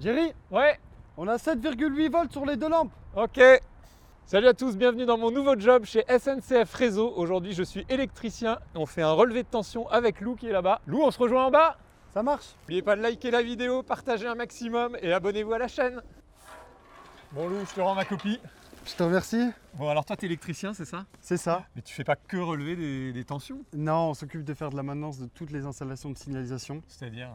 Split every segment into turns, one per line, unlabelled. Jerry,
Ouais,
on a 7,8 volts sur les deux lampes.
ok. Salut à tous, bienvenue dans mon nouveau job chez SNCF Réseau. Aujourd'hui, je suis électricien et on fait un relevé de tension avec Lou qui est là-bas. Lou, on se rejoint en bas.
Ça marche
N'oubliez pas de liker la vidéo, partager un maximum et abonnez-vous à la chaîne. Bon Lou, je te rends ma copie.
Je te remercie.
Bon alors toi, t'es électricien, c'est ça
C'est ça.
Mais tu fais pas que relever des, des tensions,
Non, on s'occupe de faire de la maintenance de toutes les installations de signalisation,
c'est-à-dire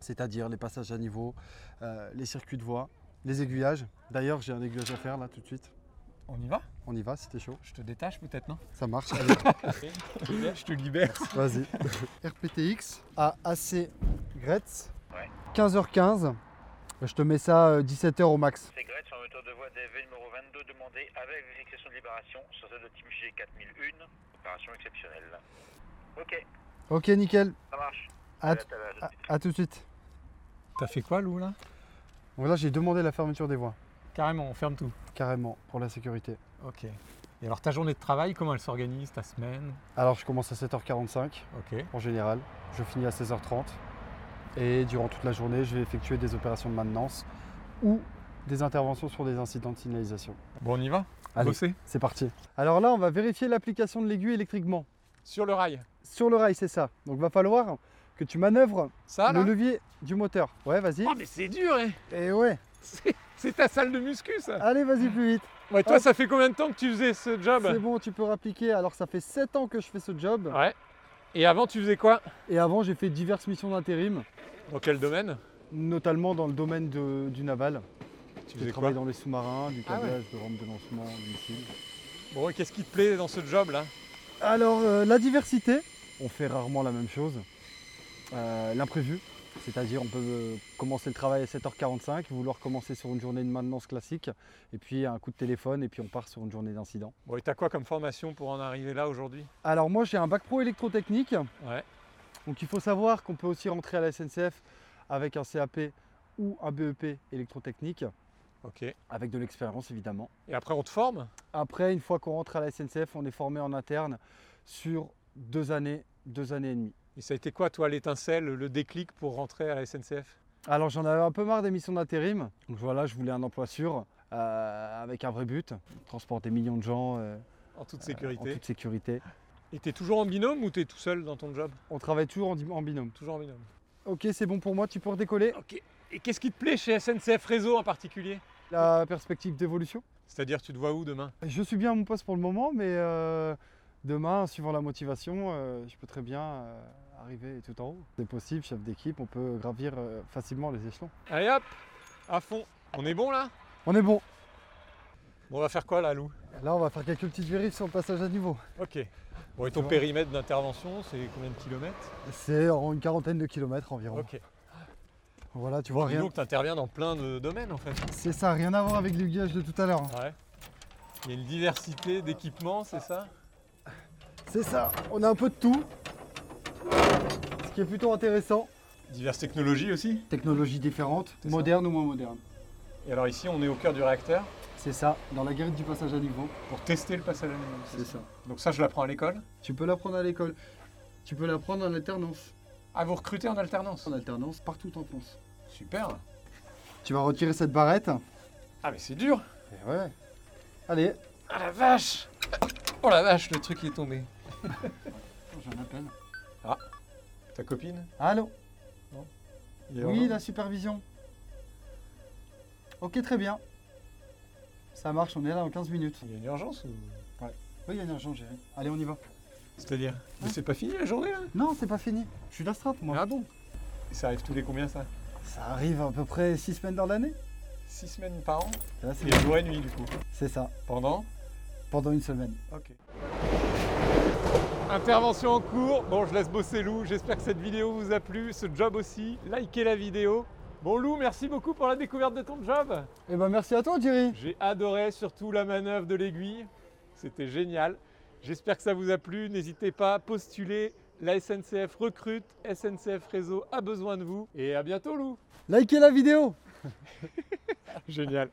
c'est-à-dire les passages à niveau, euh, les circuits de voie, les aiguillages. D'ailleurs, j'ai un aiguillage à faire là tout de suite.
on y va
On y va, c'était chaud.
Je te détache peut-être, non
Ça marche. Allez,
Je te libère.
vas-y. RPTX à AC Gretz.
Ouais.
15h15. Bah, Je te mets ça 17h au max.
C'est Gretz, en hauteur de voie DV numéro 22, demandé avec fixation de libération sur celle de Team G4001, opération exceptionnelle. Ok,
Ok, nickel.
ça marche.
À,
Là, t'as la-
à- à tout de suite.
T'as fait quoi Lou là
Bon, là, j'ai demandé la fermeture des voies,
Carrément, on ferme tout.
carrément, pour la sécurité.
Ok. Et alors ta journée de travail, comment elle s'organise, ta semaine
Alors je commence à 7h45
Ok.
en général, je finis à 16h30 et durant toute la journée je vais effectuer des opérations de maintenance ou des interventions sur des incidents de signalisation.
Bon, on y va
Allez,
Bosser
c'est parti. Alors là on va vérifier l'application de l'aiguille électriquement.
Sur le rail.
Sur le rail c'est ça. Donc va falloir que tu manœuvres
Ça, Ah, là
le levier du moteur. Ouais vas-y.
Oh, mais c'est dur, hein
Et ouais.
C'est- C'est ta salle de muscu, ça
Allez vas-y plus vite.
Ouais, toi,
hop.
ça fait combien de temps que tu faisais ce job
C'est bon tu peux rappliquer. Alors ça fait 7 ans que je fais ce job
Ouais. Et avant, tu faisais quoi
et avant j'ai fait diverses missions d'intérim,
Dans quel domaine
notamment dans le domaine de- du naval.
Tu
J'ai
faisais quoi
travaillé dans les sous-marins, du
Ah ouais.
câblage, de rampes de lancement, de missiles.
Bon, et qu'est-ce qui te plaît dans ce job, là
Alors, euh, la diversité, on fait rarement la même chose. Euh, L'imprévu, c'est-à-dire on peut euh, commencer le travail à 7h45, vouloir commencer sur une journée de maintenance classique, et puis un coup de téléphone, et puis on part sur une journée d'incident.
Bon, et t'as quoi comme formation pour en arriver là, aujourd'hui
Alors moi j'ai un bac pro électrotechnique,
Ouais.
donc il faut savoir qu'on peut aussi rentrer à la SNCF avec un CAP ou un BEP électrotechnique,
Ok. Et
avec de l'expérience évidemment.
après, on te forme
Après, une fois qu'on rentre à la SNCF, on est formé en interne sur deux années, deux années et demie.
Et ça a été quoi, toi, l'étincelle, le déclic pour rentrer à la SNCF
Alors j'en avais un peu marre des missions d'intérim. Donc voilà, je voulais un emploi sûr, euh, avec un vrai but, transporter des millions de gens euh,
En toute
en
sécurité.
toute sécurité.
Et t'es toujours en binôme ou t'es tout seul dans ton job
On travaille toujours en, dim- en binôme.
Toujours en binôme.
Ok, c'est bon pour moi, tu peux redécoller.
Ok. Et qu'est-ce qui te plaît chez SNCF Réseau en particulier
La perspective d'évolution.
C'est-à-dire, tu te vois où demain
Je suis bien à mon poste pour le moment, mais euh, demain, suivant la motivation, euh, je peux très bien euh, arriver tout en haut. C'est possible, chef d'équipe, on peut gravir euh, facilement les échelons.
Allez hop, à fond. On est bon là
On est bon.
Bon, On va faire quoi là, Lou
Là, on va faire quelques petites vérifs sur le passage à niveau.
Ok. Bon, et ton
Bon.
périmètre d'intervention, c'est combien de kilomètres
C'est en une quarantaine de kilomètres environ.
Ok.
Voilà, tu vois
Dis
rien.
donc, t'interviens dans plein de domaines en fait.
C'est ça, rien à voir avec l'aiguillage de tout à l'heure. hein.
Ouais. Il y a une diversité d'équipements, c'est ça
C'est ça, on a un peu de tout. Ce qui est plutôt intéressant.
Diverses technologies aussi.
Technologies différentes,
C'est ça.
modernes ou moins modernes.
Et alors ici, on est au cœur du réacteur
C'est ça, dans la guerre du passage à niveau.
pour tester le passage à niveau.
C'est ça.
Donc ça, je l'apprends à l'école.
Tu peux l'apprendre à l'école. Tu peux l'apprendre en alternance.
Ah, vous recrutez en alternance
En alternance, partout en France.
Super.
Tu vas retirer cette barrette.
Ah, mais c'est dur.
Et Eh ouais. Allez,
Ah la vache Oh la vache, le truc il est tombé.
j'en appelle.
Ta copine
Allô
Il est
Oui,
en-
la supervision. Ok, très bien. Ça marche, on est là en 15 minutes.
Il y a une urgence ou...
Oui, il y a une urgence, Jerry. Allez, on y va.
C'est-à-dire Mais c'est pas fini la journée là
Non, c'est pas fini. Je suis d'astreinte, moi.
Ah bon Et ça arrive tous les combien ça
Ça arrive à peu près 6 semaines dans l'année.
6 semaines par an
Là, c'est-
Et jour et nuit du coup.
C'est ça,
Pendant
pendant une semaine.
Ok. Intervention en cours. Bon, je laisse bosser Lou. J'espère que cette vidéo vous a plu, ce job aussi. Likez la vidéo. Bon Lou, merci beaucoup pour la découverte de ton job.
Eh ben merci à toi Jerry.
J'ai adoré surtout la manœuvre de l'aiguille. C'était génial. J'espère que ça vous a plu. N'hésitez pas à postuler. La SNCF recrute. SNCF Réseau a besoin de vous. Et à bientôt Lou.
Likez la vidéo
Génial.